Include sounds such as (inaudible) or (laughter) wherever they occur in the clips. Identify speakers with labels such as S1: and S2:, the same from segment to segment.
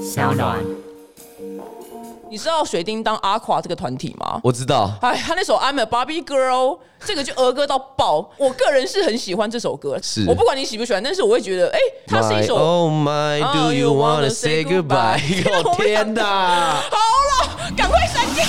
S1: 小暖。
S2: 你知道水叮当阿垮这个团体吗？
S3: 我知道，
S2: 哎，他那首《I'm a Barbie Girl》这个就儿歌到爆，我个人是很喜欢这首歌。
S3: 是
S2: 我不管你喜不喜欢，但是我会觉得，哎、它是一
S3: My,
S2: 首。
S3: Oh my,
S2: Oh,
S3: do
S2: you
S3: you
S2: wanna
S3: wanna
S2: say
S3: say goodbye？
S2: goodbye？
S3: 我 (laughs) 天哪！
S2: 好了，赶快删掉。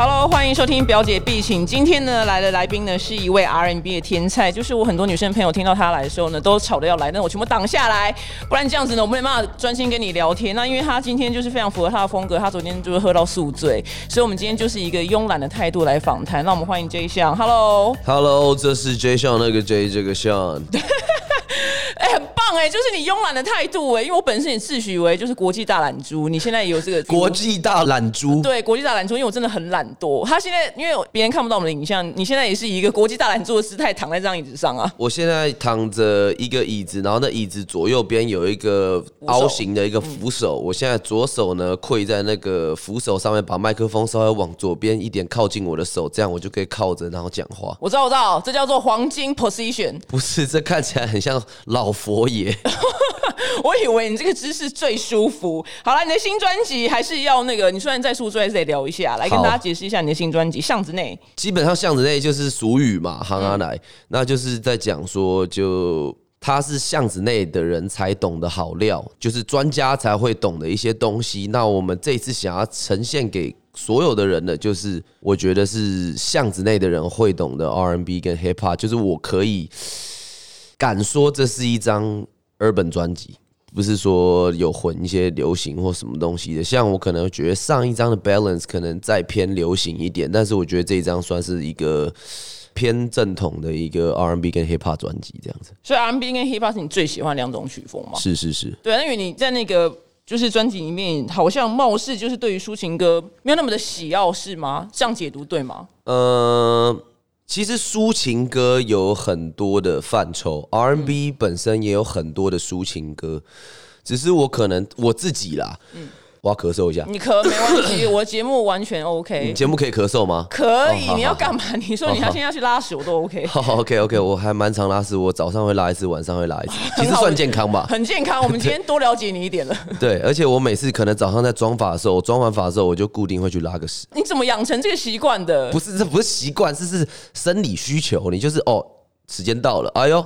S2: Hello，欢 (laughs) 迎收听表姐必请。今天呢，来的来宾呢是一位 R&B 的天才，就是我很多女生朋友听到他来的时候呢，都吵着要来，但我全部挡下来，不然这样子呢，我没办法专心跟你聊天。那因为他今天就是非常符合他的风格，他昨天就是喝到宿醉，所以我们今天就是一个慵懒的态度来访谈。那我们欢迎 J 项，Hello，
S3: Hello，这是 J Sean，那个 J 这个 Sean，
S2: (laughs) 哎、很棒哎、就是你慵懒的态度哎、因为我本身也自诩为就是国际大懒猪，你现在也有这个
S3: 国际大
S2: (laughs)
S3: 懒猪。
S2: 对国际大懒猪，因为我真的很懒惰。他现在因为别人看不到我们的影像，你现在也是以一个国际大懒猪的姿态躺在这张椅子上啊。
S3: 我现在躺着一个椅子，然后那椅子左右边有一个凹形的一个扶手，我现在左手呢跪在那个扶手上面，把麦克风稍微往左边一点靠近我的手，这样我就可以靠着然后讲话。
S2: 我知道，我知道，这叫做黄金 position。
S3: 不是，这看起来很像老佛爷。
S2: 我以为你这个姿势最舒服。好了，你的新专辑还是要那个，你虽然在宿醉，还是得聊一下，来跟
S3: 好
S2: 大家解释一下你的新专辑《巷子内
S3: 基本上巷子内就是俗语嘛，行阿奶，那就是在讲说就。他是巷子内的人才懂的好料，就是专家才会懂的一些东西。那我们这一次想要呈现给所有的人的，就是我觉得是巷子内的人会懂的 R&B 跟 Hip Hop，就是我可以敢说这是一张 urban 专辑，不是说有混一些流行或什么东西的。像我可能觉得上一张的 Balance 可能再偏流行一点，但是我觉得这一张算是一个偏正统的一个 R&B 跟 Hip Hop 专辑这样子。》，
S2: 所以 R&B 跟 hip hop 是你最喜欢两种曲风吗？
S3: 是是是，
S2: 对啊，因为你在那个就是专辑里面，好像貌似就是对于抒情歌没有那么的喜好，是吗？这样解读对吗？
S3: 呃，其实抒情歌有很多的范畴，R&B 本身也有很多的抒情歌，只是我可能我自己啦，我要咳嗽一下。
S2: 你咳没关 (laughs) 系，我节目完全 OK
S3: 你。节目可以咳嗽吗？
S2: 可以，
S3: 哦好
S2: 你要
S3: 好哦
S2: 干嘛？ (laughs) 你说你要
S3: 好
S2: 现在要去拉屎，我都
S3: (laughs)
S2: OK。
S3: 好、o k
S2: 嗯
S3: OK，我还蛮常拉屎，我早上会拉一次，晚上
S2: (laughs)
S3: 会拉一次，其实算健康吧。
S2: 很健康，我们今天多了解你一点了。 (laughs)
S3: 对，而且我每次可能早上在装法的时候，我装完法的时候，我就固定会去拉个屎。
S2: 你怎么养成这个习惯的
S3: 不？是，这不是习惯，这是生理需求。你就是哦，时间到了，哎呦，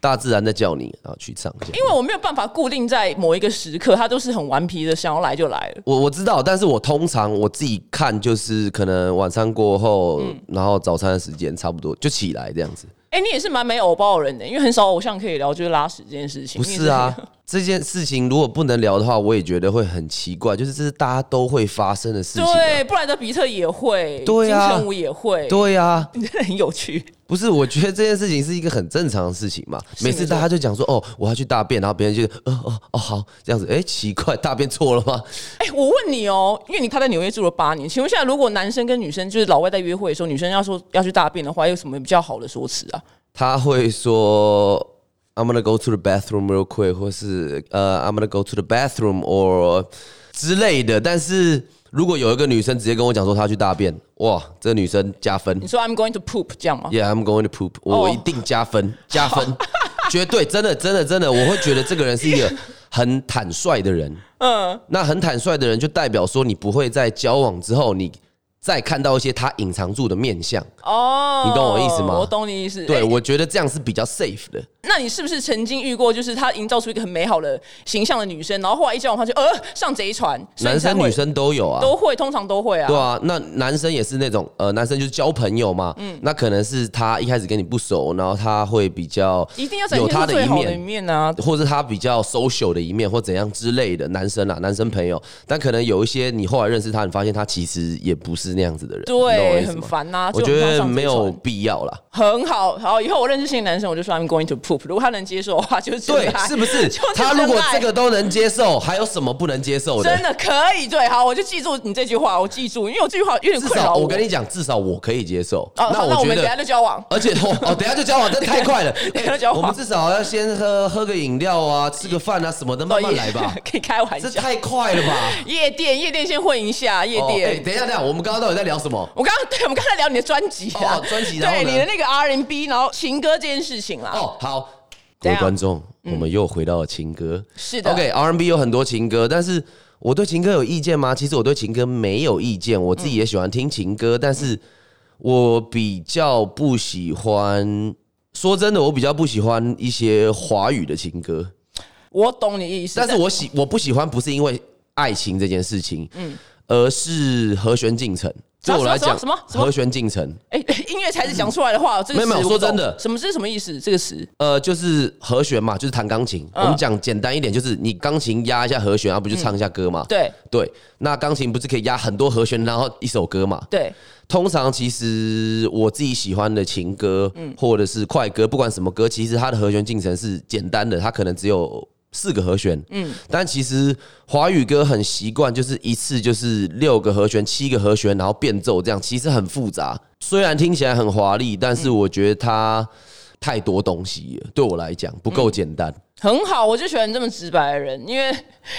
S3: 大自然在叫你，然后去上一下。
S2: 因为我没有办法固定在某一个时刻，他都是很顽皮的，想要来就来了。
S3: 我我知道，但是我通常我自己看就是可能晚餐过后，
S2: 嗯
S3: 然后早餐的时间差不多就起来这样子。
S2: 哎、你也是蛮没偶包的人的，因为很少偶像可以聊就是拉屎这件事情。
S3: 不
S2: 你也
S3: 是啊，这件事情如果不能聊的话，我也觉得会很奇怪，就是这是大家都会发生的事情、啊。
S2: 对，布莱德比特也会，
S3: 对啊
S2: 金城武也会，
S3: 对呀、啊，
S2: (laughs) 你真的很有趣。
S3: 不是，我觉得这件事情是一个很正常的事情嘛。每
S2: 没
S3: 次
S2: 错
S3: 大家就讲说，哦，我要去大便，然后别人就，呃，哦，哦，好，这样子，哎，奇怪，大便错了吗？
S2: 哎、我问你哦，因为你他在纽约住了八年，请问一下，如果男生跟女生就是老外在约会的时候，女生要说要去大便的话，有什么比较好的说辞啊？
S3: 他会说，I'm gonna go to the bathroom real quick，或是呃，I'm gonna go to the bathroom or 之类的。但是如果有一个女生直接跟我讲说她要去大便，哇，这个女生加分
S2: 你说 I'm going to poop 这样吗？
S3: ，Yeah，I'm going to poop，我
S2: 哦
S3: 一定
S2: (laughs)
S3: 加分，加分，绝对，真的，真的，真的，我会觉得这个人是
S2: (laughs)
S3: 一个很坦率的人。
S2: 嗯，
S3: 那很坦率的人，就代表说你不会在交往之后，你再看到一些他隐藏住的面相。
S2: 哦，
S3: 你懂我意思吗
S2: 我懂你意思。
S3: 对，
S2: 哎
S3: 我觉得这样是比较 safe 的。
S2: 那你是不是曾经遇过，就是他营造出一个很美好的形象的女生，然后后来一交往发现，呃，上贼船，所以
S3: 男
S2: 你才
S3: 生
S2: 会
S3: 女生都有啊，
S2: 都会，通常都会啊。
S3: 对啊。那男生也是那种呃，男生就是交朋友嘛，
S2: 嗯
S3: 那可能是他一开始跟你不熟，然后他会比较
S2: 一定要展
S3: 有
S2: 现
S3: 他
S2: 出最
S3: 一
S2: 好的一
S3: 面。
S2: 面啊！
S3: 或者他比较 social 的一面，或怎样之类的，男生啊，男生朋友，但可能有一些你后来认识他，你发现他其实也不是那样子的人，你懂我
S2: 对，
S3: 意思吗
S2: 很烦呐、啊。
S3: 我
S2: 这种
S3: 觉
S2: 通
S3: 得
S2: 常
S3: 没有
S2: 贼船
S3: 必
S2: (laughs)
S3: 要啦。
S2: 很好，好，以后我认识新的男生，我就说 I'm going to poop，如果他能接受的话，就是真
S3: 对，
S2: 爱
S3: 是不是
S2: 啊 (laughs) 就是？
S3: 他如果
S2: 真爱
S3: 这个都能接受，还有什么不能接受的
S2: 真？的可以，对，好，我就记住你这句话，我记住，因为我这句话有点
S3: 至
S2: 困扰
S3: 少我
S2: 我
S3: 跟你讲，至少我可以接受。
S2: 哦，好那我
S3: 觉
S2: 们等一下
S3: 得，
S2: 就交往。
S3: 而且哦哦，等一下就交往，这太快了。
S2: (laughs) 等一下就交往
S3: 我们至少要先喝喝个饮料啊，吃个饭啊什么的，慢慢来
S2: (laughs)
S3: 吧。
S2: 哦可以开玩
S3: 这
S2: 笑。
S3: 太快了吧？
S2: 夜店，夜店先混 (laughs) 一下，夜
S3: 哦哎
S2: 店。
S3: 等一下，等一下，我们刚刚到底在聊什么？
S2: 我刚刚对我们刚才聊你的专辑啊，
S3: 哦专辑然后
S2: 对
S3: 呢
S2: 你的那个 R N B，然后情歌这件事情啦。
S3: 啊哦，好，各
S2: 怎
S3: 位
S2: 样
S3: 观众，我们又回到了情歌。
S2: 嗯是的
S3: OK R&B 有很多情歌，但是我对情歌有意见吗？其实我对情歌没有意见，我自己也喜欢听情
S2: 嗯
S3: 歌，但是我比较不喜欢。说真的，我比较不喜欢一些华语的情歌，
S2: 我懂你意思，
S3: 但是我喜我不喜欢不是因为爱情这件事情，嗯，而是和弦进程。
S2: 什
S3: 对
S2: 么
S3: 我来讲，
S2: 什么什么什么
S3: 和弦进程？
S2: 哎、音乐才是讲出来的话，这个词
S3: 没有没有
S2: 我不懂
S3: 说真的
S2: 什么这是什么意思？这个词
S3: 呃，就是和弦嘛，就是弹钢琴。
S2: 嗯
S3: 我们讲简单一点，就是你钢琴压一下和弦，然后不就唱一下歌嘛？
S2: 对
S3: 对，那钢琴不是可以压很多和弦，然后一首歌嘛？
S2: 对，
S3: 通常其实我自己喜欢的情歌，或者是快歌，不管什么歌，其实它的和弦进程是简单的，它可能只有四个和弦。嗯，但其实华语歌很习惯，就是一次就是六个和弦、七个和弦，然后变奏这样，其实很复杂。虽然听起来很华丽，但是我觉得它太多东西了，对我来讲不够简单。
S2: 很好，我就喜欢这么直白的人，因为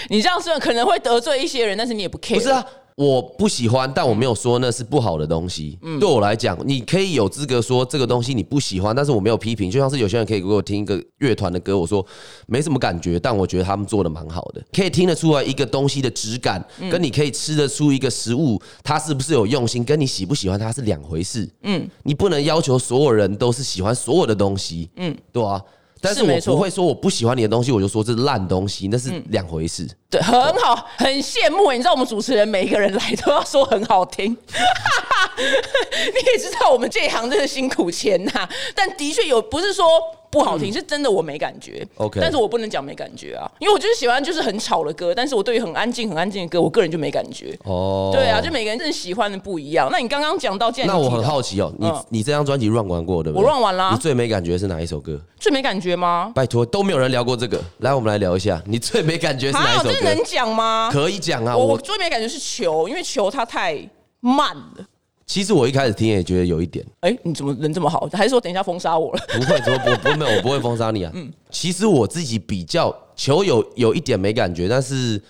S2: 你这样虽然可能会得罪一些人，但是你也不 care。
S3: 不是啊，我不喜欢，但我没有说那是不好的东西。
S2: 嗯
S3: 对我来讲，你可以有资格说这个东西你不喜欢，但是我没有批评。就像是有些人可以给我听一个乐团的歌，我说没什么感觉，但我觉得他们做的蛮好的，可以听得出来一个东西的质感，
S2: 嗯
S3: 跟你可以吃得出一个食物它是不是有用心，跟你喜不喜欢它是两回事。嗯，你不能要求所有人都是喜欢所有的东西。嗯，对啊。但是
S2: 是没
S3: 我
S2: 错
S3: 不会说我不喜欢你的东西，我就说这是烂东西，那是两回事。
S2: 对，很好，很羡慕。欸你知道我们主持人每一个人来都要说很好听， (laughs) 你也知道我们这一行真的辛苦钱呐、但的确有，不是说不好听，是真的我没感觉。
S3: 嗯 OK
S2: 但是我不能讲没感觉啊，因为我就是喜欢就是很吵的歌，但是我对于很安静很安静的歌，我个人就没感觉。
S3: 哦
S2: 对啊，就每个人真的喜欢的不一样。那你刚刚讲到，既然你
S3: 那我
S2: 提
S3: 很
S2: 到
S3: 好奇哦，你、
S2: 嗯
S3: 你这张专辑 run 完过对不对？
S2: 我 run 完啊啦
S3: 你最没感觉是哪一首歌？
S2: 最没感觉吗？
S3: 拜托，都没有人聊过这个。来，我们来聊一下，你最没感觉是哪一
S2: 啊，
S3: 首
S2: 这个
S3: 歌
S2: 能？讲吗？
S3: 可以讲啊，
S2: 我我
S3: 我
S2: 最没感觉是球，因为球它太慢了。
S3: 其实我一开始听也觉得有一点，
S2: 哎、你怎么人这么好？还是说等一下封杀我了？
S3: 不会，怎么不不 (laughs) 没有，我不会封杀你啊。
S2: 嗯
S3: 其实我自己比较球有有一点没感觉，但是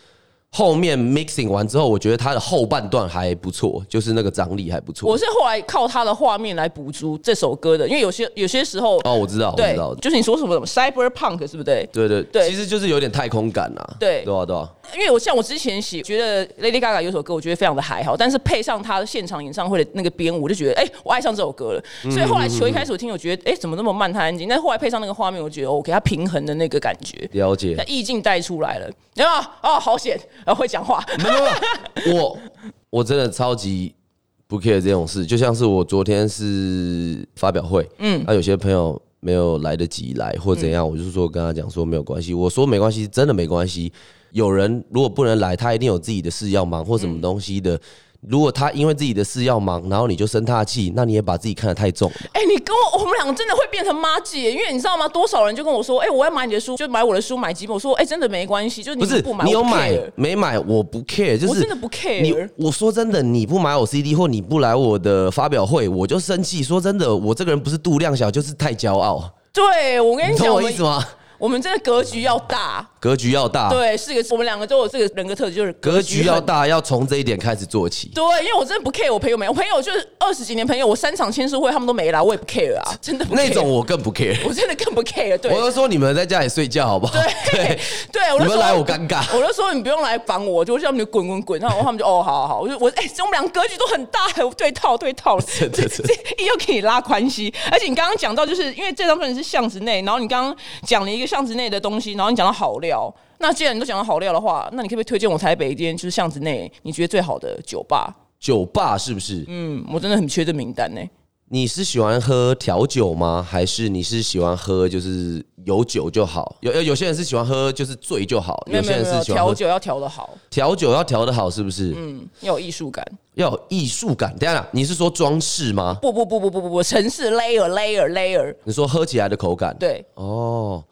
S3: 后面 mixing 完之后，我觉得它的后半段还不错，就是那个张力还不错
S2: 我。是后来靠他的画面来补足这首歌的，因为有些有些时候，
S3: 哦，我知道，我
S2: 对
S3: 知道，，
S2: 就是你说什么什么 cyberpunk 是不是对？
S3: 对对
S2: 对
S3: 其实就是有点太空感啊。
S2: 对
S3: 对啊，对啊。
S2: 因为我像我之前喜觉得 Lady Gaga 有首歌，我觉得非常的还好，但是配上她的现场演唱会的那个编舞，我就觉得哎、我爱上这首歌了。
S3: 嗯
S2: 所以后来球一开始我听，我觉得哎、怎么那么慢，它安静。但是后来配上那个画面，我觉得哦我给它平衡的那个感觉，
S3: 了解
S2: 那，意境带出来了。然后哦，好险，呃，会讲话。
S3: 没有没有，我我真的超级不 care 这种事，就像是我昨天是发表会，嗯，啊，有些朋友没有来得及来或怎样，我就说跟他讲说没有关系，我说没关系，真的没关系。有人如果不能来，他一定有自己的事要忙或什么东西的。如果他因为自己的事要忙，然后你就生他的气，那你也把自己看得太重了。
S2: 哎、你跟我，我们两个真的会变成妈姐，因为你知道吗？多少人就跟我说，哎、我要买你的书，就买我的书，买几本。我说，哎、真的没关系，就是你
S3: 不是
S2: 不买，
S3: 你有
S2: 我不
S3: 买
S2: care
S3: 没买，我不 care，就是
S2: 我真的不 care
S3: 你我说真的，你不买我 CD 或你不来我的发表会，我就生气。说真的，我这个人不是度量小，就是太骄傲。
S2: 对我跟
S3: 你
S2: 你
S3: 懂
S2: 哎讲，我
S3: 我意思
S2: 们
S3: 吗？
S2: 我们真的格局要大，
S3: 格局要大，
S2: 对，是个我们两个都有这个人格特质，就是
S3: 格局要
S2: 很。
S3: 大，要从这一点开始做起。
S2: 对，因为我真的不 care 我朋友没，我朋友就是二十几年朋友，我三场签书会他们都没来，我也不 care 啊，真的不 care
S3: 那种我更不 care，
S2: 我真的更不 care。对，
S3: 我就说你们在家里睡觉好不好？
S2: 对，对，我就
S3: 你
S2: 说
S3: 们来我尴尬
S2: 我就说你不用来烦我，就叫你们滚滚滚，然后他们就哦，好好好，我就我哎、我们俩格局都很大，我对套对套了，
S3: (laughs) 真的
S2: 这 (laughs) 这又可以拉关系，而且你刚刚讲到，就是因为这张专辑是巷子内，然后你刚刚讲了一个巷子内的东西，然后你讲到好料。那既然你都讲到好料的话，那你可不可以推荐我台北一间就是巷子内你觉得最好的酒吧？
S3: (laughs) 酒吧是不是？
S2: 嗯，我真的很缺这名单呢、
S3: 你是喜欢喝调酒吗？还是你是喜欢喝就是有酒就好？有有有些人是喜欢喝就是醉就好，
S2: 没有没
S3: 些
S2: 有
S3: 人
S2: 没有，
S3: 是喜欢喝
S2: 调酒要调的好，
S3: 调酒要调的好，是不是？
S2: 嗯，要有艺术感。
S3: 要有艺术感。等一下啦，你是说装饰吗？
S2: 不不不不不不不，城市 layer layer layer，
S3: 你说喝起来的口感？，
S2: 对，
S3: 哦，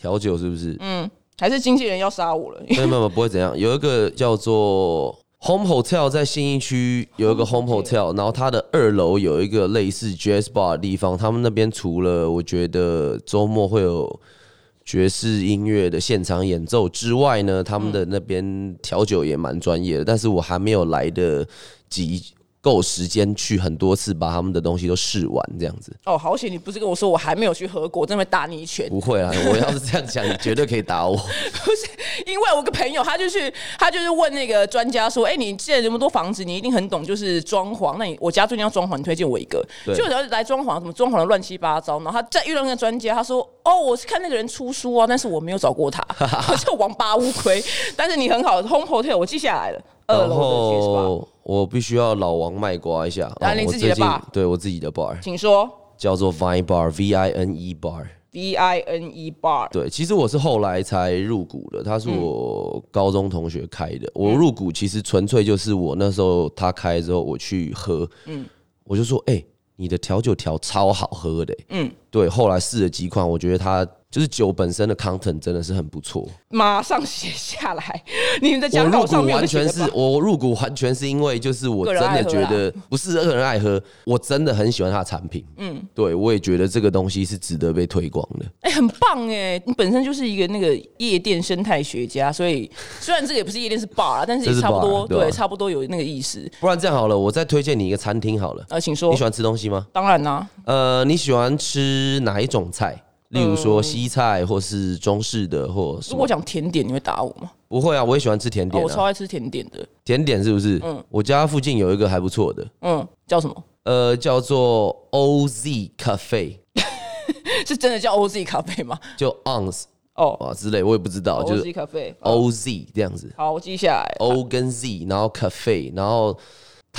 S3: 调酒是不是？
S2: 还是经纪人要杀我了？
S3: 没有没有没有不会怎样。有一个叫做 Home Hotel 在信义区有一个 Home Hotel，然后它的二楼有一个类似 Jazz Bar 的地方，他们那边除了我觉得周末会有。爵士音乐的现场演奏之外呢，他们的那边调酒也蛮专业的，但是我还没有来得及够时间去很多次把他们的东西都试完，这样子。
S2: 哦，好险你不是跟我说我还没有去合国，真的打你一拳。
S3: 不会啦，啊我要是这样讲，你绝对可以打我。
S2: 不是，因为我个朋友，他就去，他就是问那个专家说：“哎、你建了这么多房子，你一定很懂，就是装潢。那你我家最近要装潢，你推荐我一个。”
S3: 对
S2: 就然后来装潢，什么装潢的乱七八糟。然后他再遇到那个专家，他说：“哦，我是看那个人出书啊，但是我没有找
S3: (laughs)
S2: 过他，我就王八乌龟。但是你很好，Home Hotel 我记下来了，二
S3: 然
S2: 楼的 spa，
S3: 后我必须要老王卖瓜一下，啊
S2: 来你
S3: 我
S2: 自己的
S3: 最近
S2: bar
S3: 对我自己的 bar
S2: 请说
S3: 叫做 Vine Bar，V I N E Bar。
S2: V I N E Bar。
S3: 对，其实我是后来才入股的，他是
S2: 嗯
S3: 我高中同学开的。我入股其实纯粹就是我那时候他开之后我去喝，
S2: 嗯
S3: 我就说，哎、你的调酒调超好喝的、嗯，对。后来试了几款，我觉得它就是酒本身的 content 真的是很不错。
S2: 马上写下来，你们的
S3: 我
S2: 讲稿
S3: 入
S2: 上
S3: 股
S2: 面有
S3: 完
S2: 写
S3: 全
S2: 的
S3: 是
S2: 吧
S3: 我入股完全是因为就是我
S2: 个
S3: 真
S2: 人爱
S3: 的
S2: 喝
S3: 觉
S2: 啦
S3: 得不是个人爱喝，我真的很喜欢它的产品，嗯，对我也觉得这个东西是值得被推广的。
S2: 哎、很棒哎！你本身就是一个那个夜店生态学家，所以虽然这个也不是夜店，是 bar 啦，但是
S3: 这
S2: 也
S3: 是
S2: 差不多，
S3: bar，对吧
S2: 对，差不多有那个意思。
S3: 不然这样好了，我再推荐你一个餐厅好了。
S2: 呃，请说
S3: 你喜。欢吃东西吗？
S2: 当然啦、
S3: 呃，你喜欢吃哪一种菜？例如说西菜，或是中式的，或什
S2: 如果嗯
S3: 么
S2: 我？讲甜点，你会打我吗？
S3: 不会啊，我也喜欢吃甜
S2: 哦
S3: 点
S2: 我超嗯
S3: 啊。
S2: 爱吃甜点的。
S3: 甜点是不是？我家附近有一个还不错的，
S2: 嗯，叫什么？ (laughs)
S3: 呃，叫做 OZ Cafe，
S2: 是真的叫 OZ 咖啡吗？
S3: 就 Ons
S2: 哦
S3: 啊之类，我也不知道，就是哦
S2: ，OZ 咖啡。哦，
S3: OZ 这样子
S2: 好，我记下来。
S3: ，O 跟 Z，然后 Cafe，然后。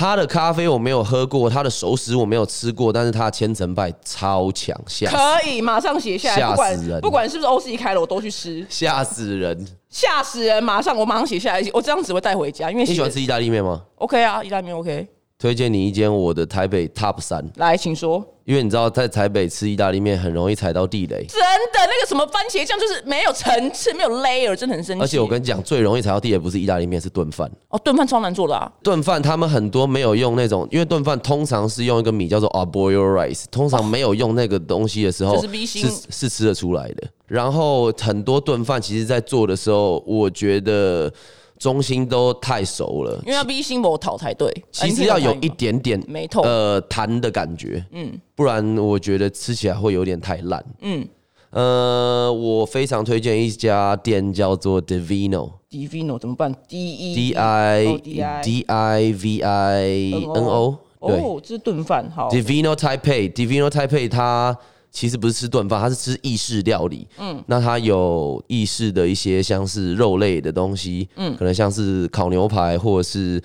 S3: 它的咖啡我没有喝过，它的熟食我没有吃过，但是它的千层派超强，吓死
S2: 可以，马上写下来，
S3: 吓
S2: 不
S3: 死人
S2: 管不管是不是 OZ 开了，我都去吃，
S3: 吓死人！
S2: 吓死人！马上我马上写下来，我这样子会带回家，因为
S3: 你喜欢
S2: 写
S3: 吃意大利面吗？
S2: OK 啊，意大利面 OK。
S3: 推荐你一间我的台北 Top 三，
S2: 来，请说。
S3: 因为你知道在台北吃意大利面很容易踩到地雷，
S2: 真的那个什么番茄酱就是没有层次，没有 layer，真的很生气。
S3: 而且我跟你讲，最容易踩到地雷不是意大利面，是炖饭。
S2: 哦炖饭超难做的啊，
S3: 炖饭他们很多没有用那种，因为炖饭通常是用一个米叫做 a b o i l rice，通常没有用那个东西的时候，
S2: 这是 B 星
S3: 是是吃得出来的。然后很多炖饭其实在做的时候，我觉得中心都太熟了，
S2: 因为要 B 星某淘汰对，
S3: 其
S2: 啊
S3: 实要有
S2: 你听得
S3: 一。
S2: 懂吗
S3: 点点
S2: 没透
S3: 呃弹的感觉，嗯，不然我觉得吃起来会有点太烂，嗯，呃，我非常推荐一家店叫做 Divino，D
S2: Divino 怎么办？D E
S3: I
S2: D-I
S3: D I V I N O，对
S2: 哦，这是炖饭好。
S3: Divino Taipei，Divino Taipei 它其实不是吃炖饭，它是吃意式料理。嗯，那它有意式的一些像是肉类的东西，嗯，可能像是烤牛排或者是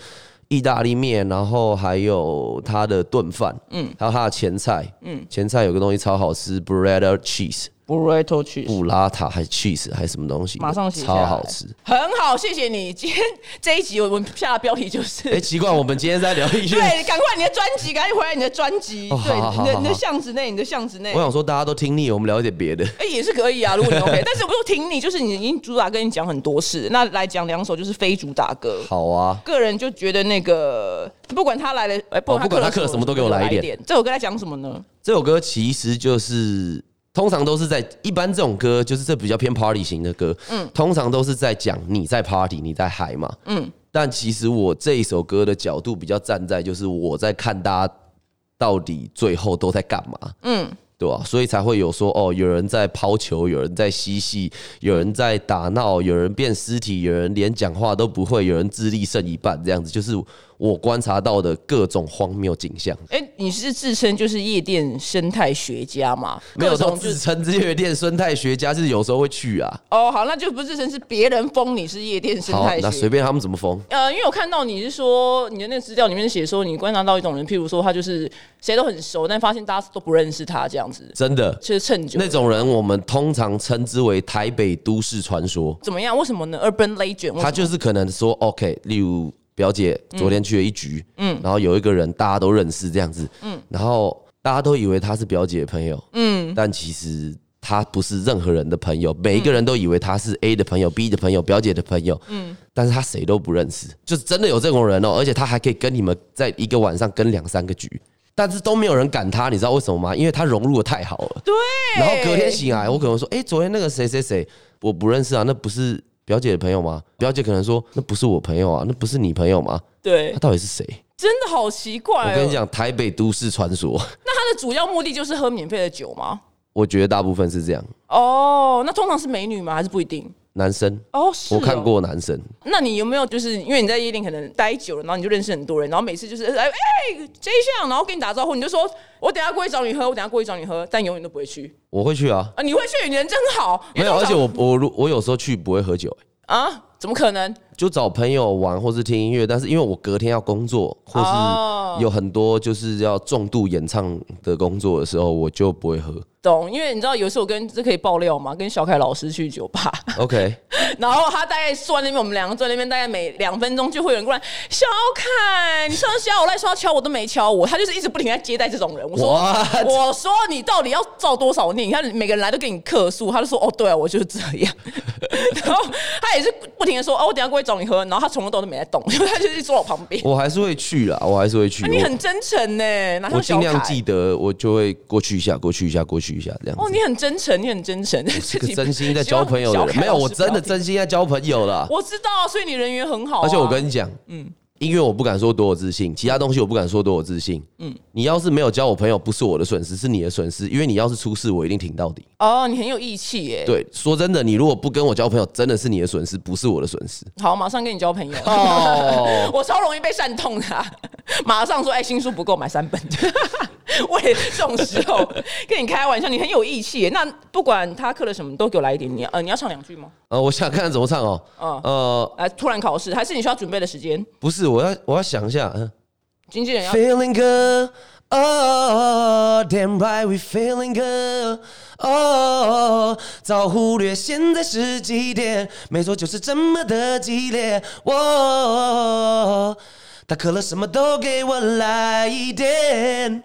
S3: 意大利面，然后还有它的炖饭，嗯，还有它的前菜，嗯，前菜有个东西超好吃，bread cheese。
S2: Burrito cheese
S3: 布拉塔还是 cheese 还是什么东西的？
S2: 马上写下
S3: 超
S2: 来
S3: 好吃。
S2: 很好，谢谢你。 (laughs) 今天这一集我们下的标题就是。
S3: 哎、奇怪，我们今天在聊音乐。
S2: 对，赶快你的专辑，赶紧回来你的专辑。
S3: 哦好
S2: 对，
S3: 好好
S2: 你的
S3: 好
S2: 你的
S3: 好
S2: 巷子内，你的巷子内
S3: 我。想说大家都听腻了，我们聊一点别的。
S2: 哎、也是可以啊，如果你 OK。但是我又听你，就是你已经主打跟你讲很多事，那来讲两首就是非主打歌。
S3: 好啊，
S2: 个人就觉得那个，不管他来了，哎、不
S3: 哦不管他
S2: 刻
S3: 刻了什么都给我来
S2: 来
S3: 一点
S2: 点。这首歌在讲什么呢？
S3: 这首歌其实就是通常都是在一般这种歌，就是这比较偏 party 型的歌，嗯，通常都是在讲你在 party，你在嗨嘛，嗯。但其实我这一首歌的角度比较站在就是我在看大家到底最后都在干嘛，嗯，对吧、所以才会有说哦，有人在抛球，有人在嬉戏，有人在打闹，有人变尸体，有人连讲话都不会，有人智力剩一半，这样子就是我观察到的各种荒谬景象。
S2: 哎、你是自称就是夜店生态学家嘛？
S3: 没有
S2: 各
S3: 到
S2: 种就
S3: 自
S2: 是
S3: 称日月店生态学家，就是有时候会去啊。
S2: 哦，好，那就不是自称是别人封你是夜店生
S3: 好
S2: 态，
S3: 那随
S2: 学。
S3: 便他们怎么封。
S2: 呃，因为我看到你是说你的那个资料里面写说，你观察到一种人，譬如说他就是谁都很熟，但发现大家都不认识他这样子，
S3: 真的，
S2: 就是趁酒
S3: 那种人我们通常称之为台北都市传说。
S2: 怎么样？为什么呢？Urban legend，为什
S3: 他
S2: 么
S3: 就是可能说，OK，例如表姐昨天去了一局，嗯，然后有一个人大家都认识这样子，嗯，然后大家都以为他是表姐的朋友，嗯，但其实。他不是任何人的朋
S2: 嗯
S3: 友，每一个人都以为他是 A 的朋友、B 的朋友、表姐的朋友，嗯，但是他谁都不认识，就是真的有这种人哦，而且他还可以跟你们在一个晚上跟两三个局，但是都没有人赶他，你知道为什么吗？因为他融入的太好了，
S2: 对，
S3: 然后隔天醒来，我可能说，哎、昨天那个谁谁谁，我不认识啊，那不是表姐的朋友吗？表姐可能说那不是我朋友啊，那不是你朋友吗？
S2: 对
S3: 他，到底是谁？
S2: 真的好奇怪、哦。
S3: 我跟你，讲，台北都市传说，
S2: 那他的主要目的就是喝免费的酒吗？
S3: 我觉得大部分是这样，
S2: 哦，那通常是美女吗？还是不一定？
S3: 男生。
S2: 哦，是
S3: 我看
S2: 哦。
S3: 过男生，
S2: 那你有没有就是因为你在夜店可能待久了，然后你就认识很多人，然后每次就是哎哎这一项，然后跟你打招呼，你就说我等一下过去找你喝，我等一下过去找你喝，但永远都不会去
S3: 我会去啊，
S2: 啊！你会去，你人真好。因
S3: 没
S2: 为
S3: 有，而
S2: 通
S3: 且
S2: 常
S3: 我我如我有时候去不会喝酒、欸
S2: 啊，怎么可能？
S3: 就找朋友玩或是听音乐，但是因为我隔天要工作，或
S2: 哦
S3: 是有很多就是要重度演唱的工作的时候，我就不会喝。
S2: 懂，因为你知道有一次我跟这可以爆料嘛，跟小凯老师去酒吧， (laughs)
S3: OK，
S2: 然后他大概坐在那边，我们两个坐在那边，大概每两分钟就会有人过来，小凯，你上次要我赖说要敲我都没敲我，他就是一直不停在接待这种人。我说
S3: What？
S2: 我说你到底要造多少孽？你看每个人来都给你客诉，他就说哦对啊，我就是这样。然后他也是不停的说哦，我等一下过去找你喝，然后他从头到尾都没在动，因为他就是坐我旁边。
S3: 我还是会去啦，我还是会去。
S2: 啊你很真诚呢，哪
S3: 我我
S2: 像
S3: 尽
S2: 小
S3: 量
S2: 凯
S3: 记？得，我就会过去一下，过去一下，过去一下这样
S2: 哦，
S3: 子。
S2: 你很真诚，你很真诚，
S3: 这
S2: 这
S3: 个真心在交朋友的人，没有，我真的真心在交朋友啦。
S2: 我知道，所以你人缘很好啊、
S3: 而且我跟你讲，嗯，音乐我不敢说多有自信，其他东西我不敢说多有自信。嗯，你要是没有交我朋友，不是我的损失，是你的损失，因为你要是出事，我一定挺到底。
S2: 哦，你很有义气耶。
S3: 对，说真的，你如果不跟我交朋友，真的是你的损失，不是我的损失。
S2: 好，马上跟你交朋友。
S3: 哦
S2: 我超容易被煽动的啊、 (laughs) 马上说：“哎、新书不够，买三本。” (laughs) 为了这种时候跟你开玩笑，你很有义气耶。那不管他刻了什么，都给我来一点。你呃，你要唱两句吗？
S3: 呃，我想看看怎么唱哦。
S2: 嗯
S3: 呃，
S2: 来，突然考试，还是你需要准备的时间？
S3: 不是，我要我要想一下。嗯
S2: 经纪人要
S3: Feeling good, oh, damn right we feeling good, oh。早忽略现在是几点，没错就是这么的激烈，哦。他渴了什么都给我来一点。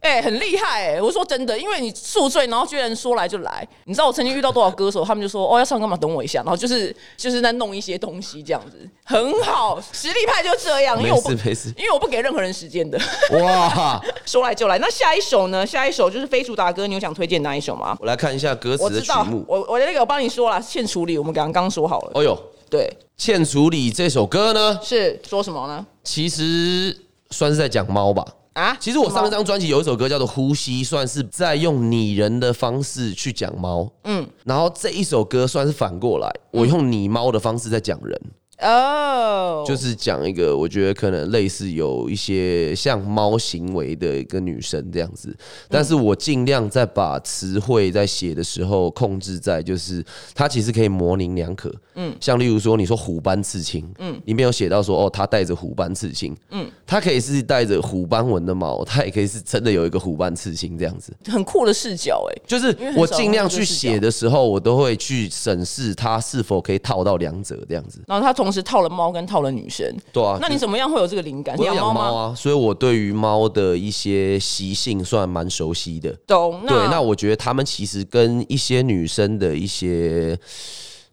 S2: 哎、很厉害哎、我说真的，因为你宿醉，然后居然说来就来。你知道我曾经遇到多少歌手，他们就说哦要唱干嘛，等我一下，然后就是就是在弄一些东西这样子，很好，实力派就这样。因为我不
S3: 没事没事
S2: 因为我不给任何人时间的，
S3: 哇， (laughs)
S2: 说来就来。那下一首呢？下一首就是飞鼠大哥，你有想推荐哪一首吗？
S3: 我来看一下歌
S2: 我
S3: 词
S2: 知
S3: 的曲
S2: 道，
S3: 目。
S2: 我我那个我帮你说了，欠处理，我们刚刚说好了。
S3: 哦呦，
S2: 对，
S3: 《欠处理》这首歌呢，
S2: 是说什么呢？
S3: 其实算是在讲猫吧。
S2: 啊，
S3: 其实我上一
S2: 什么
S3: 张专辑有一首歌叫做《呼吸》，算是在用拟人的方式去讲猫。嗯，然后这一首歌算是反过来，我用拟猫的方式在讲人，
S2: 哦，
S3: 就是讲一个我觉得可能类似有一些像猫行为的一个女生这样子，但
S2: 嗯
S3: 是我尽量在把词汇在写的时候控制在，就是它其实可以模棱两可。嗯，像例如说你说虎斑刺青，嗯，里面有写到说哦，它带着虎斑刺青，嗯，它可以是带着虎斑纹的毛，它也可以是真的有一个虎斑刺青这样子。
S2: 很酷的视角哎、
S3: 就是
S2: 因为很少
S3: 我尽量
S2: 人会
S3: 去
S2: 这样
S3: 写的时候，我都会去审视它是否可以套到两者这样子。
S2: 然后他同时套了猫跟套了女生，
S3: 对啊，
S2: 那你怎么样会有这个灵感？
S3: 我
S2: 你
S3: 有
S2: 养
S3: 养
S2: 猫吗
S3: 猫？啊，所以我对于猫的一些习性算蛮熟悉的。
S2: 懂，那
S3: 对，那我觉得它们其实跟一些女生的一些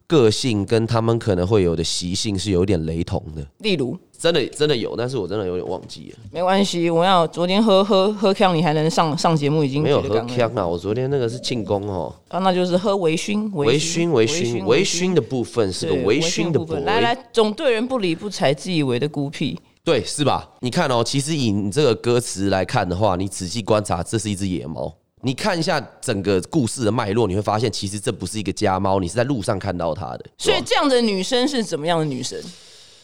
S3: 个性，跟她们可能会有的习性是有点雷同的。
S2: 例如
S3: 真的真的有，但是我真的有点忘记了，
S2: 没关系，我要昨天喝喝喝康，你还能上上节目，已经
S3: 没有
S2: 觉得
S3: 喝
S2: 感恩
S3: 康啊。我昨天那个是庆功哦，
S2: 啊，那就是喝微醺，
S3: 微醺微醺微醺的部分是
S2: 对
S3: 个微醺的
S2: 部
S3: 部
S2: 分。
S3: 分，
S2: 来来，总对人不理不睬，自以为的孤僻，
S3: 对，是吧？你看哦，其实以你这个歌词来看的话，你仔细观察，这是一只野猫。你看一下整个故事的脉络，你会发现，其实这不是一个家猫，你是在路上看到它的。
S2: 所以
S3: 对吧
S2: 这样的女生是怎么样的女生？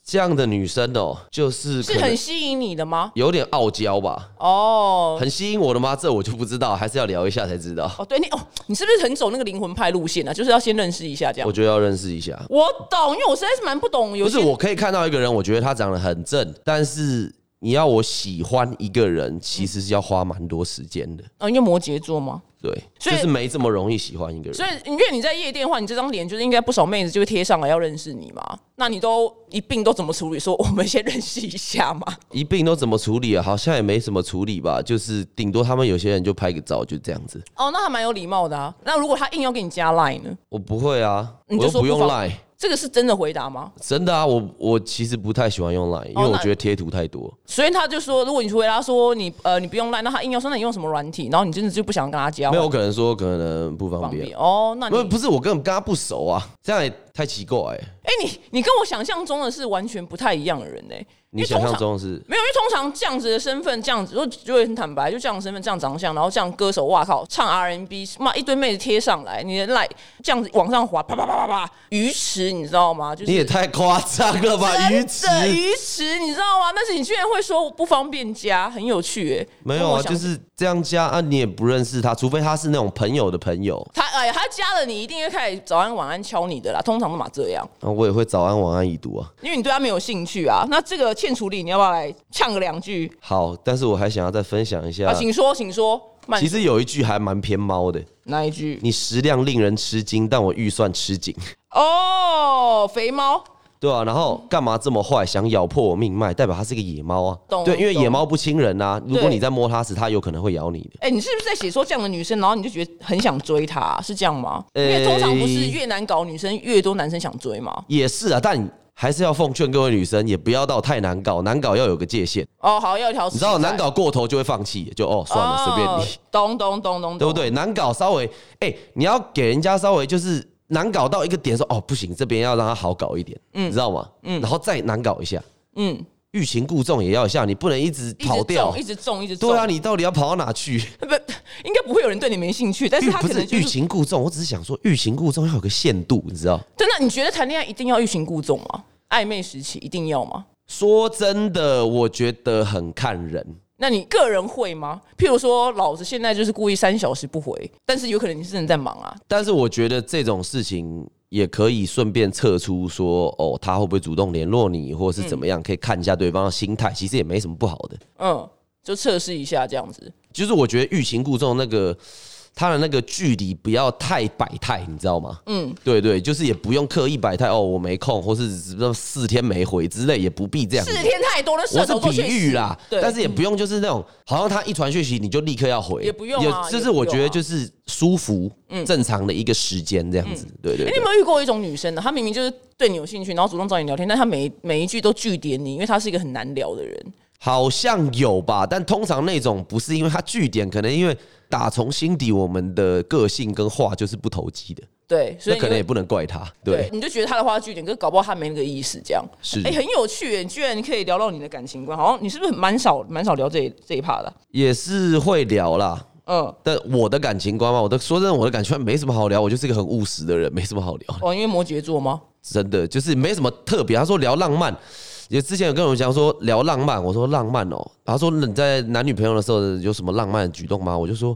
S3: 这样的女生哦，就是
S2: 是
S3: 可
S2: 很
S3: 能
S2: 吸引你的吗？
S3: 有点傲娇吧，
S2: 哦
S3: 很吸引我的吗？这我就不知道，还是要聊一下才知道。
S2: 哦，对你哦，你是不是很走那个灵魂派路线啊？就是要先认识一下这样
S3: 我。觉得要认识一下。
S2: 我懂，因为我实在是蛮不懂，有
S3: 不
S2: 些
S3: 是，我可以看到一个人，我觉得他长得很正，但是你要我喜欢一个人，其实是要花蛮多时间的。
S2: 啊，因为摩羯座吗？
S3: 对，
S2: 所
S3: 就
S2: 以
S3: 是没这么容易喜欢一个人。
S2: 所以，因为你在夜店的话，你这张脸就是应该不少妹子就会贴上来要认识你嘛。那你都一并都怎么处理？说我们先认识一下嘛。
S3: 一并都怎么处理啊？好像也没什么处理吧，就是顶多他们有些人就拍个照，就这样子。
S2: (laughs) 哦，那还蛮有礼貌的啊。那如果他硬要给你加 line 呢？
S3: 我不会啊，
S2: 你
S3: 我
S2: 就
S3: 又
S2: 说
S3: 不用
S2: 不方
S3: Line，
S2: 这个是真的回答吗？
S3: 真的啊，我我其实不太喜欢用 Line，因为
S2: 哦
S3: 我
S2: 那
S3: 觉得贴图太多。
S2: 所以他就说，如果你回答说你呃你不用 line，那他硬要说那你用什么软体，然后你真的就不想跟他交，
S3: 没有，我可能说可能不方
S2: 方
S3: 便
S2: 便。哦。那
S3: 不
S2: 你
S3: 不是我根本跟他不熟啊，这样也太奇怪、欸。
S2: 哎、你你跟我想象中的是完全不太一样的人哎、因
S3: 你
S2: 为通
S3: 想
S2: 常
S3: 象中的是
S2: 没有，因为通常这样子的身份，这样子，就就很坦白，就这样的身份，这样长相，然后这样歌手，哇靠，唱 RNB，妈一堆妹子贴上来，你的赖这样子往上滑，啪啪啪啪啪，鱼池，你知道吗？就是
S3: 你也太夸张了吧，鱼池
S2: 真的鱼池，你知道吗？但是你居然会说不方便加，很有趣哎、
S3: 没有
S2: 跟我
S3: 啊，
S2: 想
S3: 就是这样加啊，你也不认识他，除非他是那种朋友的朋友。
S2: 他哎呀，他加了你，一定会开始早安晚安敲你的啦，通常都嘛这样，
S3: 那啊我也会早安晚安已读啊。
S2: 因为你对他没有兴趣啊。那这个欠处理，你要不要来呛个两句
S3: 好，但是我还想要再分享一下
S2: 啊？，请说，请说，慢
S3: 其实有一句还蛮偏猫的，
S2: 哪一句？
S3: 你食量令人吃惊，但我预算吃紧， (laughs)
S2: 哦，肥猫。
S3: 对啊，然后干嘛这么坏，想咬破我命脉，代表它是个野猫啊
S2: 懂。
S3: 对，因为
S2: 懂
S3: 野猫不亲人啊，如果
S2: 对
S3: 你在摸它时，它有可能会咬你的。
S2: 哎、你是不是在写说这样的女生，然后你就觉得很想追她、啊是这样吗？
S3: 哎
S2: 因为通常不是越难搞女生越多男生想追吗？
S3: 也是啊，但还是要奉劝各位女生，也不要到太难搞，难搞要有个界限。
S2: 哦，好，要一条
S3: 你
S2: 你
S3: 知道难搞过头就会放弃，就哦算了，随便你。
S2: 懂懂懂懂，
S3: 对不？对？难搞稍微，哎、你要给人家稍微就是难搞到一个点说，哦，不行，这边要让他好搞一点，你知道吗？然后再难搞一下，
S2: 嗯，
S3: 欲擒故纵也要一下，你不能一直
S2: 一
S3: 跑
S2: 直
S3: 掉
S2: 中，一。直中，一直中。
S3: 对啊，，你到底要跑到哪去？
S2: 不，应该不会有人对你没兴趣，但是
S3: 欲
S2: 他
S3: 不
S2: 可
S3: 是
S2: 能就
S3: 欲
S2: 是。
S3: 擒故纵，我只是想说欲擒故纵要有个限度，你知道？
S2: 真的，你觉得谈恋爱一定要欲擒故纵吗？暧昧时期一定要吗？
S3: 说真的，我觉得很看人。
S2: 那你个人会吗？譬如说，老子现在就是故意三小时不回，但是有可能你是真的在忙啊。
S3: 但是我觉得这种事情也可以顺便测出说，哦，他会不会主动联络你，或者是怎么样，可以看一下对方的心态，其实也没什么不好的。
S2: 嗯，就测试一下这样子。
S3: 就是我觉得欲擒故纵那个他的那个距离不要太摆态，你知道吗？嗯，对对，就是也不用刻意摆态哦，我没空，或是只是四天没回之类，也不必这样
S2: 四。天太多了，
S3: 我
S2: 射
S3: 是
S2: 手座
S3: 比
S2: 确
S3: 喻
S2: 实
S3: 啦，
S2: 对，
S3: 但是也不用就是那种，好像他一传讯息你就立刻要回，
S2: 也不用啊
S3: 有
S2: 也不用啊嗯
S3: 就是我觉得就是舒服、正常的一个时间这样子，对对
S2: 哎、你有
S3: 对。
S2: 没有遇过一种女生呢？她明明就是对你有兴趣，然后主动找你聊天，但她每一每一句都拒点你，因为她是一个很难聊的人。
S3: 好像有吧，但通常那种不是因为他据点，可能因为打从心底我们的个性跟话就是不投机的，
S2: 对，所
S3: 那
S2: 以
S3: 可能也
S2: 你就
S3: 不能怪他，
S2: 对
S3: 对，，
S2: 你就觉得她的话据点，可是搞不好她没那个意思，这样
S3: 是
S2: 哎、很有趣耶，你居然可以聊到你的感情观，好像你是不是很蛮少蛮少聊这一这一趴的？啊
S3: 也是会聊啦。
S2: 嗯，
S3: 但我的感情观嘛，我的说真的，我的感情观没什么好聊，我就是一个很务实的人，没什么好聊，
S2: 哦，因为摩羯座吗？
S3: 真的就是没什么特别。他说聊浪漫，也之前有跟我讲说聊浪漫，我说浪漫哦、他说你在男女朋友的时候有什么浪漫的举动吗？我就说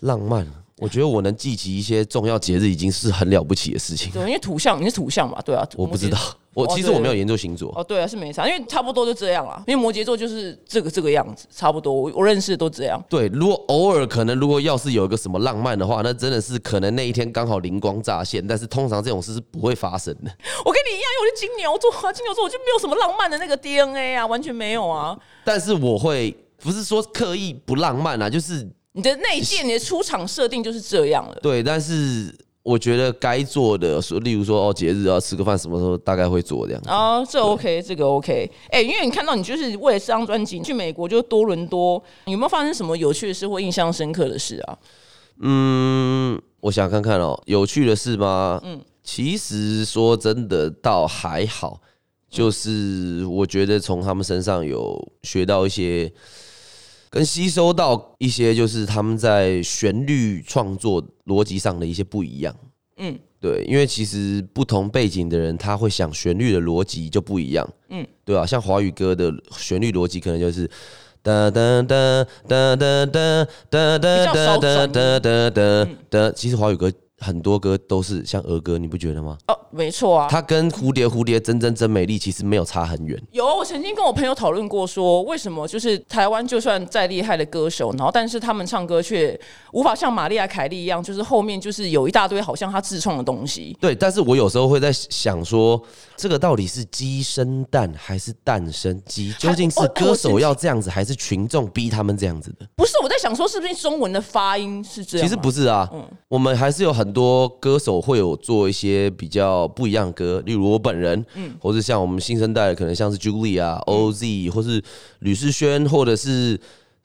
S3: 浪漫，我觉得我能记起一些重要节日已经是很了不起的事情。
S2: 对，因为土象你是土象嘛，对啊，
S3: 我不知道
S2: 摩羯。，
S3: 我
S2: 哦
S3: 其实
S2: 对
S3: 我没有研究星座，
S2: 哦，对啊，是没差，因为差不多就这样啦。因为摩羯座就是这个这个样子，差不多。我我认识的都这样。
S3: 对，如果偶尔可能，如果要是有一个什么浪漫的话，那真的是可能那一天刚好灵光乍现，但是通常这种事是不会发生的。
S2: 我跟你一样，因为我是金牛座啊，金牛座我就没有什么浪漫的那个 DNA 啊，完全没有啊。
S3: 但是我会不是说刻意不浪漫啊，就是
S2: 你的内建，你的出场设定就是这样了。
S3: 对，但是我觉得该做的，说例如说哦节日啊吃个饭什么时候大概会做这样。
S2: 啊，这 OK，这个 OK。哎、因为你看到你就是为了这张专辑去美国，就多伦多，有没有发生什么有趣的事或印象深刻的事啊？
S3: 嗯，我想看看哦，有趣的事吗？嗯，其实说真的倒还好，就是我觉得从他们身上有学到一些。跟吸收到一些就是他们在旋律创作逻辑上的一些不一样，
S2: 嗯，
S3: 对，因为其实不同背景的人，他会想旋律的逻辑就不一样。嗯，对啊，像华语歌的旋律逻辑可能就是。哒哒哒哒哒哒哒哒哒哒哒哒哒哒。其实华语歌很多歌都是像儿歌，你不觉得吗？
S2: 哦，没错啊。
S3: 它跟蝴蝶蝴蝶真真真美丽其实没有差很远。
S2: 有，啊我曾经跟我朋友讨论过说为什么就是台湾就算再厉害的歌手，然后但是他们唱歌却无法像玛丽亚·凯莉一样，就是后面就是有一大堆好像她自创的东西。
S3: 对，但是我有时候会在想说，这个到底是鸡生蛋还是蛋生鸡？究竟是
S2: 哦哎我
S3: 歌
S2: 知道
S3: 手要这样子，还是群众逼他们这样子的？
S2: 不是，我在想说是不是中文的发音是这样
S3: 其
S2: 吗？
S3: 实不是啊，我们还是有很多歌手会有做一些比较不一样的歌，例如我本人，或是像我啊们新生代的，可能嗯像是 Julia、OZ，或是吕世轩，或者是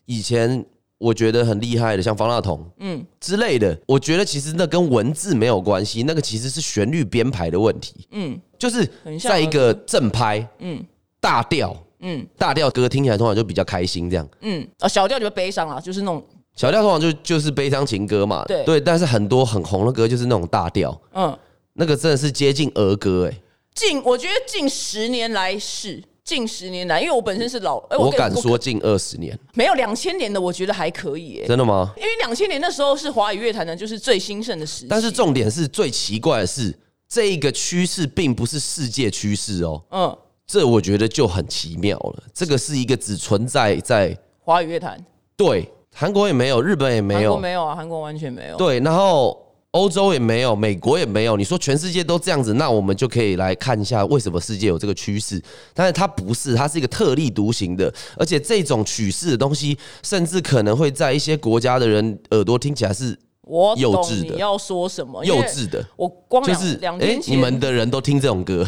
S3: 以前我觉得很厉害的，像方大同，嗯之类的，我觉得其实那跟文字没有关系，那个其实是旋律编排的问题，嗯，就是
S2: 很像
S3: 在一个正拍，嗯，大调，嗯，大调歌听起来通常就比较开心这样，
S2: 嗯，哦，小调就悲伤啦，就是那种
S3: 小调通常就就是悲伤情歌嘛，
S2: 对
S3: 但是很多很红的歌就是那种大调，
S2: 嗯，
S3: 那个真的是接近儿歌哎、
S2: 近我觉得近十年来是近十年来，因为我本身是老，哎、
S3: 我
S2: 跟
S3: 敢说近二十年，
S2: 没有两千年的，我觉得还可以、哎
S3: 真的吗？
S2: 因为两千年那时候是华语乐坛的就是最兴盛的时期，
S3: 但是重点是最奇怪的是，这一个趋势并不是世界趋势哦，
S2: 嗯，
S3: 这我觉得就很奇妙了。这个是一个只存在在
S2: 华语乐坛
S3: 对韩国也没有，日本也没
S2: 韩国
S3: 有，
S2: 没有啊，韩国完全没有，
S3: 对，然后。欧洲也没有，美国也没有。你说全世界都这样子，那我们就可以来看一下为什么世界有这个趋势。但是它不是，它是一个特立独行的，而且这种曲式的东西，甚至可能会在一些国家的人耳朵听起来是
S2: 我
S3: 幼
S2: 懂
S3: 稚的
S2: 你要说什么，
S3: 幼
S2: 因为
S3: 稚的，
S2: 我光
S3: 就
S2: 两
S3: 是
S2: 两
S3: 诶
S2: 天前，
S3: 你们的人都听这种歌，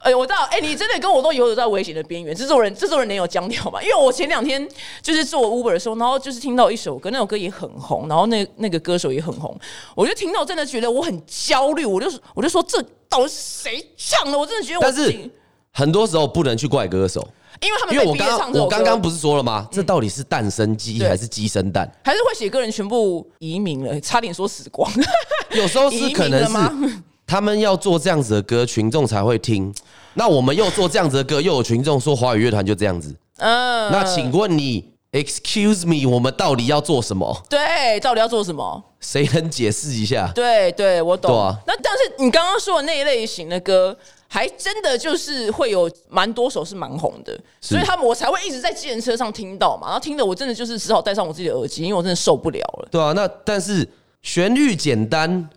S2: 哎、我知道，哎、你真的跟我都游走在危险的边缘。制作人，制作人能有僵掉吗？因为我前两天就是做 Uber 的时候，然后就是听到一首歌，那首歌也很红，然后那那个歌手也很红，我就听到真的觉得我很焦虑，我就我就说这到底是谁唱的？我真的觉得我
S3: 但是
S2: 自己
S3: 很多时候不能去怪歌手，
S2: 因为他们
S3: 因为
S2: 被
S3: 我
S2: 逼着唱
S3: 刚刚
S2: 这首
S3: 我
S2: 歌，
S3: 刚刚不是说了吗？这到底是蛋生鸡
S2: 对
S3: 还是鸡生蛋？
S2: 还是会写歌人全部移民了，差点说死光。 (laughs)
S3: 有时候是可能
S2: 移民了
S3: 是他们要做这样子的歌，群众才会听。那我们又做这样子的歌，又有群众说华语乐团就这样子。
S2: 嗯，
S3: 那请问你，excuse me，我们到底要做什么？
S2: 对，到底要做什么？
S3: 谁能解释一下？
S2: 对对，我懂。
S3: 对啊
S2: 那但是你刚刚说的那一类型的歌，还真的就是会有蛮多首是蛮红的，所以他们我才会一直在计程车上听到嘛，然后听的我真的就是只好戴上我自己的耳机，因为我真的受不了了。
S3: 对啊，那但是旋律简单，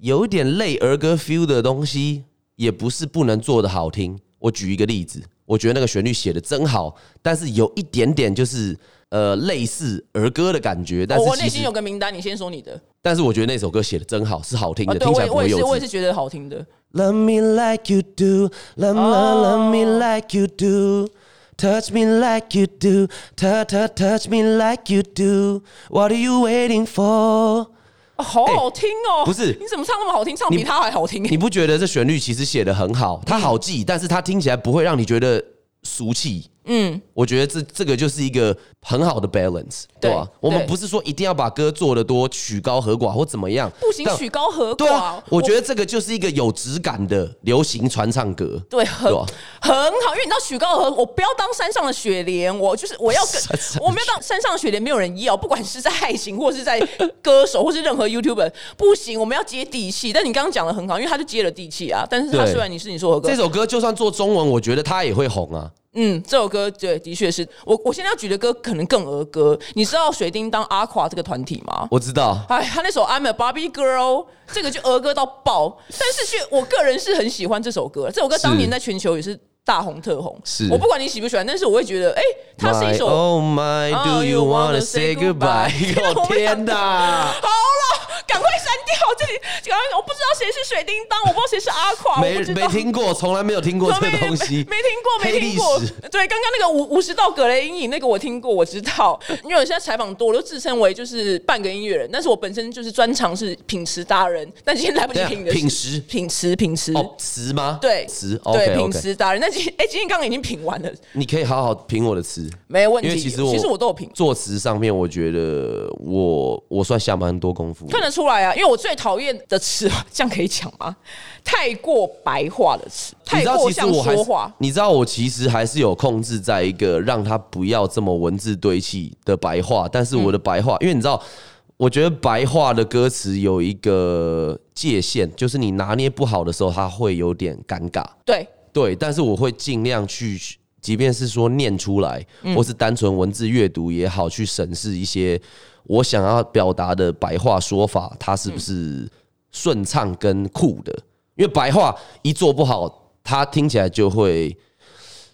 S3: 有一点类儿歌 feel 的东西，也不是不能做的好听。我举一个例子，我觉得那个旋律写的真好，但是有一点点就是呃类似儿歌的感觉，但
S2: 哦我
S3: 是
S2: 我内
S3: 其
S2: 心
S3: 实
S2: 有，个名单，你先说你的。啊
S3: 但是我觉得那首歌写的真好，是好听的，
S2: 哦对，
S3: 听
S2: 我
S3: 起来
S2: 也
S3: 不
S2: 我
S3: 会
S2: 也
S3: 幼
S2: 是我也
S3: 稚
S2: 是。觉得好听的。
S3: Love me like you do, love love love me
S2: Oh
S3: like you do. Touch me like you do, touch touch touch me like you do. What are you waiting for?
S2: 哦好好听哦、
S3: 不是
S2: 你怎么唱那么好听？唱比他还好听、
S3: 你不觉得这旋律其实写的很好，它好记，但是它听起来不会让你觉得俗气。嗯，我觉得这这个就是一个很好的 balance，
S2: 对
S3: 对吧、我们
S2: 对
S3: 不是说一定要把歌做得多曲高和寡或怎么样，
S2: 不行
S3: 但，
S2: 曲高和寡。
S3: 对啊，我觉得这个就是一个有质感的流行传唱歌，
S2: 对，很
S3: 对吧
S2: 很好，因为你知道许高和我不要当山上的雪莲，我就是我要跟
S3: 山上的
S2: 我没有当山上的雪莲，没有人要，不管是在爱情或是在歌手或是任何 YouTuber，不行，我们要接地气。但你刚刚讲的很好，因为他就接了地气啊。但是他
S3: 对
S2: 虽然你是你说的歌
S3: 这，首歌就算做中文，我觉得它也会红啊。
S2: 嗯，这首歌对，的确是我我现在要举的歌可能更儿歌。你知道水叮当阿垮这个团体吗？
S3: 我知道，
S2: 哎，他那首《I'm a Barbie Girl》这个就儿歌到爆，但是却我个人是很喜欢这首歌。这首歌当年在全球也是大红特红。
S3: 是
S2: 我不管你喜不喜欢，但是我会觉得，哎、它是一
S3: My,
S2: 首。
S3: Oh my,
S2: Oh,
S3: do
S2: you
S3: you wanna
S2: wanna say
S3: say
S2: goodbye？
S3: goodbye？我 (laughs) 天哪！
S2: 好了，赶快删掉这里！赶快，我不知道谁是水叮当，我不知道谁是阿垮，我
S3: 没
S2: 不知
S3: 没
S2: 道。
S3: 听过，从来没有听过这
S2: 没
S3: 个东
S2: 没
S3: 西，
S2: 没听过，没
S3: 黑
S2: 听
S3: 历
S2: 过
S3: 史。
S2: 对，刚刚那个五五十道格雷阴影那个我听过，我知道，因为我现在采访多，我都自称为就是半个音乐人，但是我本身就是专长是品词达人，但今天来不及
S3: 等一下
S2: 品的
S3: 品食
S2: 品词品词。
S3: 哦，词吗？
S2: 嗯对，
S3: 词。
S2: 对
S3: OK
S2: 品
S3: OK，
S2: 词达人。但今哎、今天刚刚已经品完了，
S3: 你可以好好评我的词，
S2: 没问
S3: 因
S2: 题。
S3: 为其实我
S2: 我都有品，
S3: 作词上面，我觉得我我算下蛮多功夫的。
S2: 看得出来啊。因为我最讨厌的词， (laughs) 这样可以讲吗？太过白话的词，
S3: 你
S2: 太
S3: 知道
S2: 过
S3: 其实
S2: 像
S3: 我还
S2: 说
S3: 是
S2: 话，。
S3: 你知道我其实还是有控制在一个让他不要这么文字堆砌的白话，但是我的白话，因为你知道，我觉得白话的歌词有一个界限，就是你拿捏不好的时候，它会有点尴尬。
S2: 对，
S3: 对，但是我会尽量去，即便是说念出来，或是单纯文字阅读也好，去审视一些我想要表达的白话说法，它是不是顺畅跟酷的？因为白话一做不好，它听起来就会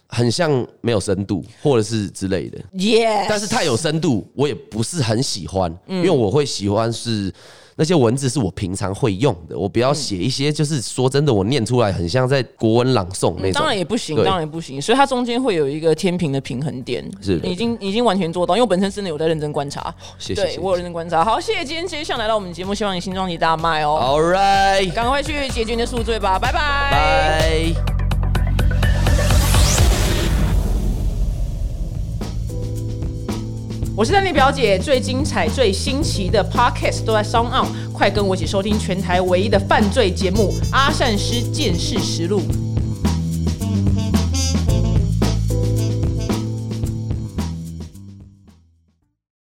S3: 很像没有深度，或者是之类的。
S2: 耶，
S3: 但是太有深度，我也不是很喜欢，因为我会喜欢是那些文字是我平常会用的，我不
S2: 嗯
S3: 要写一些就是说真的，我念出来很像在国文朗诵那
S2: 嗯
S3: 种。
S2: 当然也不行，
S3: 对
S2: 当然也不行，所以它中间会有一个天平的平衡点，
S3: 是
S2: 已经已经完全做到，因为我本身真的有在认真观察，
S3: 谢谢
S2: 对
S3: 谢谢
S2: 我有认真观察。好，谢谢今天接下来到我们节目，希望你新专辑大卖哦，
S3: All right，
S2: 赶快去解决你的宿醉吧，拜拜。
S3: 拜。
S2: 我是丹妮表姐，最精彩、最新奇的 podcast 都在 Sound On，快跟我一起收听全台唯一的犯罪节目《阿善师见事实录》。